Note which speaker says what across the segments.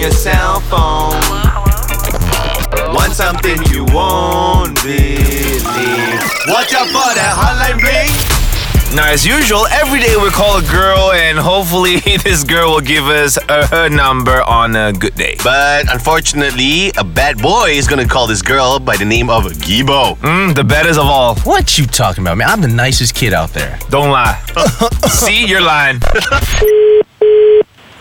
Speaker 1: your cell phone. Want something you won't believe. Watch out for that hotline bling.
Speaker 2: Now, as usual, every day we call a girl, and hopefully, this girl will give us uh, her number on a good day.
Speaker 1: But unfortunately, a bad boy is gonna call this girl by the name of Gibo.
Speaker 2: Mm, the baddest of all.
Speaker 3: What you talking about, man? I'm the nicest kid out there.
Speaker 2: Don't lie. See, you're lying.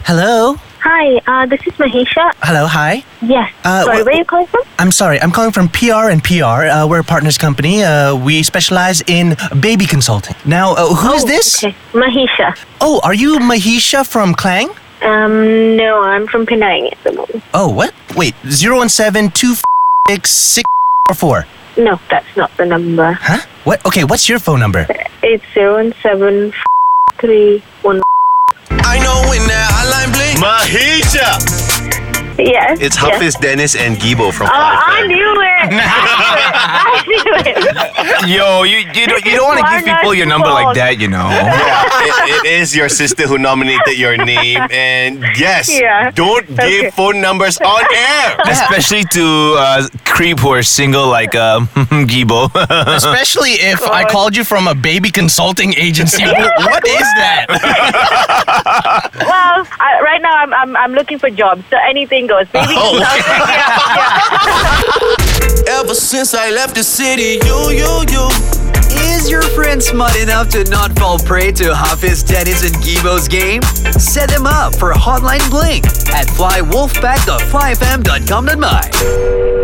Speaker 3: Hello?
Speaker 4: Hi, uh, this is Mahisha.
Speaker 3: Hello, hi.
Speaker 4: Yes.
Speaker 3: Uh,
Speaker 4: Sorry,
Speaker 3: wh-
Speaker 4: where are you calling from?
Speaker 3: I'm sorry, I'm calling from PR and PR. Uh, we're a partners company. Uh, we specialize in baby consulting. Now, uh, who is this?
Speaker 4: Oh, Okay, Mahisha.
Speaker 3: Oh, are you Mahisha from Clang?
Speaker 4: Um, no, I'm from Penang at the moment.
Speaker 3: Oh, what? Wait, 017 4
Speaker 4: No, that's not the number.
Speaker 3: Huh? What? Okay, what's your phone number?
Speaker 4: It's zero and seven three one.
Speaker 1: I know when that hotline bling. Mahisha!
Speaker 4: Yes.
Speaker 1: It's
Speaker 4: yes.
Speaker 1: Hafiz Dennis and Gibo from
Speaker 4: Oh, I
Speaker 1: Cloudflare.
Speaker 4: knew it. I knew it. I knew it.
Speaker 2: Yo, you, you don't, you don't want to give people your number like that, you
Speaker 4: uh,
Speaker 2: know.
Speaker 1: it, it is your sister who nominated your name, and yes,
Speaker 4: Yeah.
Speaker 1: don't give
Speaker 4: Okay.
Speaker 1: phone numbers on air.
Speaker 2: Especially to uh, creep who are single like uh, Gibo.
Speaker 3: Especially if I called you from a baby consulting agency. what is that?
Speaker 4: Well, I, right now I'm, I'm I'm looking for jobs, so anything goes. Baby
Speaker 1: Oh,
Speaker 4: consulting, yeah, yeah.
Speaker 5: Ever since I left the city, you, you, you.
Speaker 6: Is your friend smart enough to not fall prey to Hafiz Dennis and Gibo's game? Set them up for Hotline Bling at flywolfpack.5m.com.my.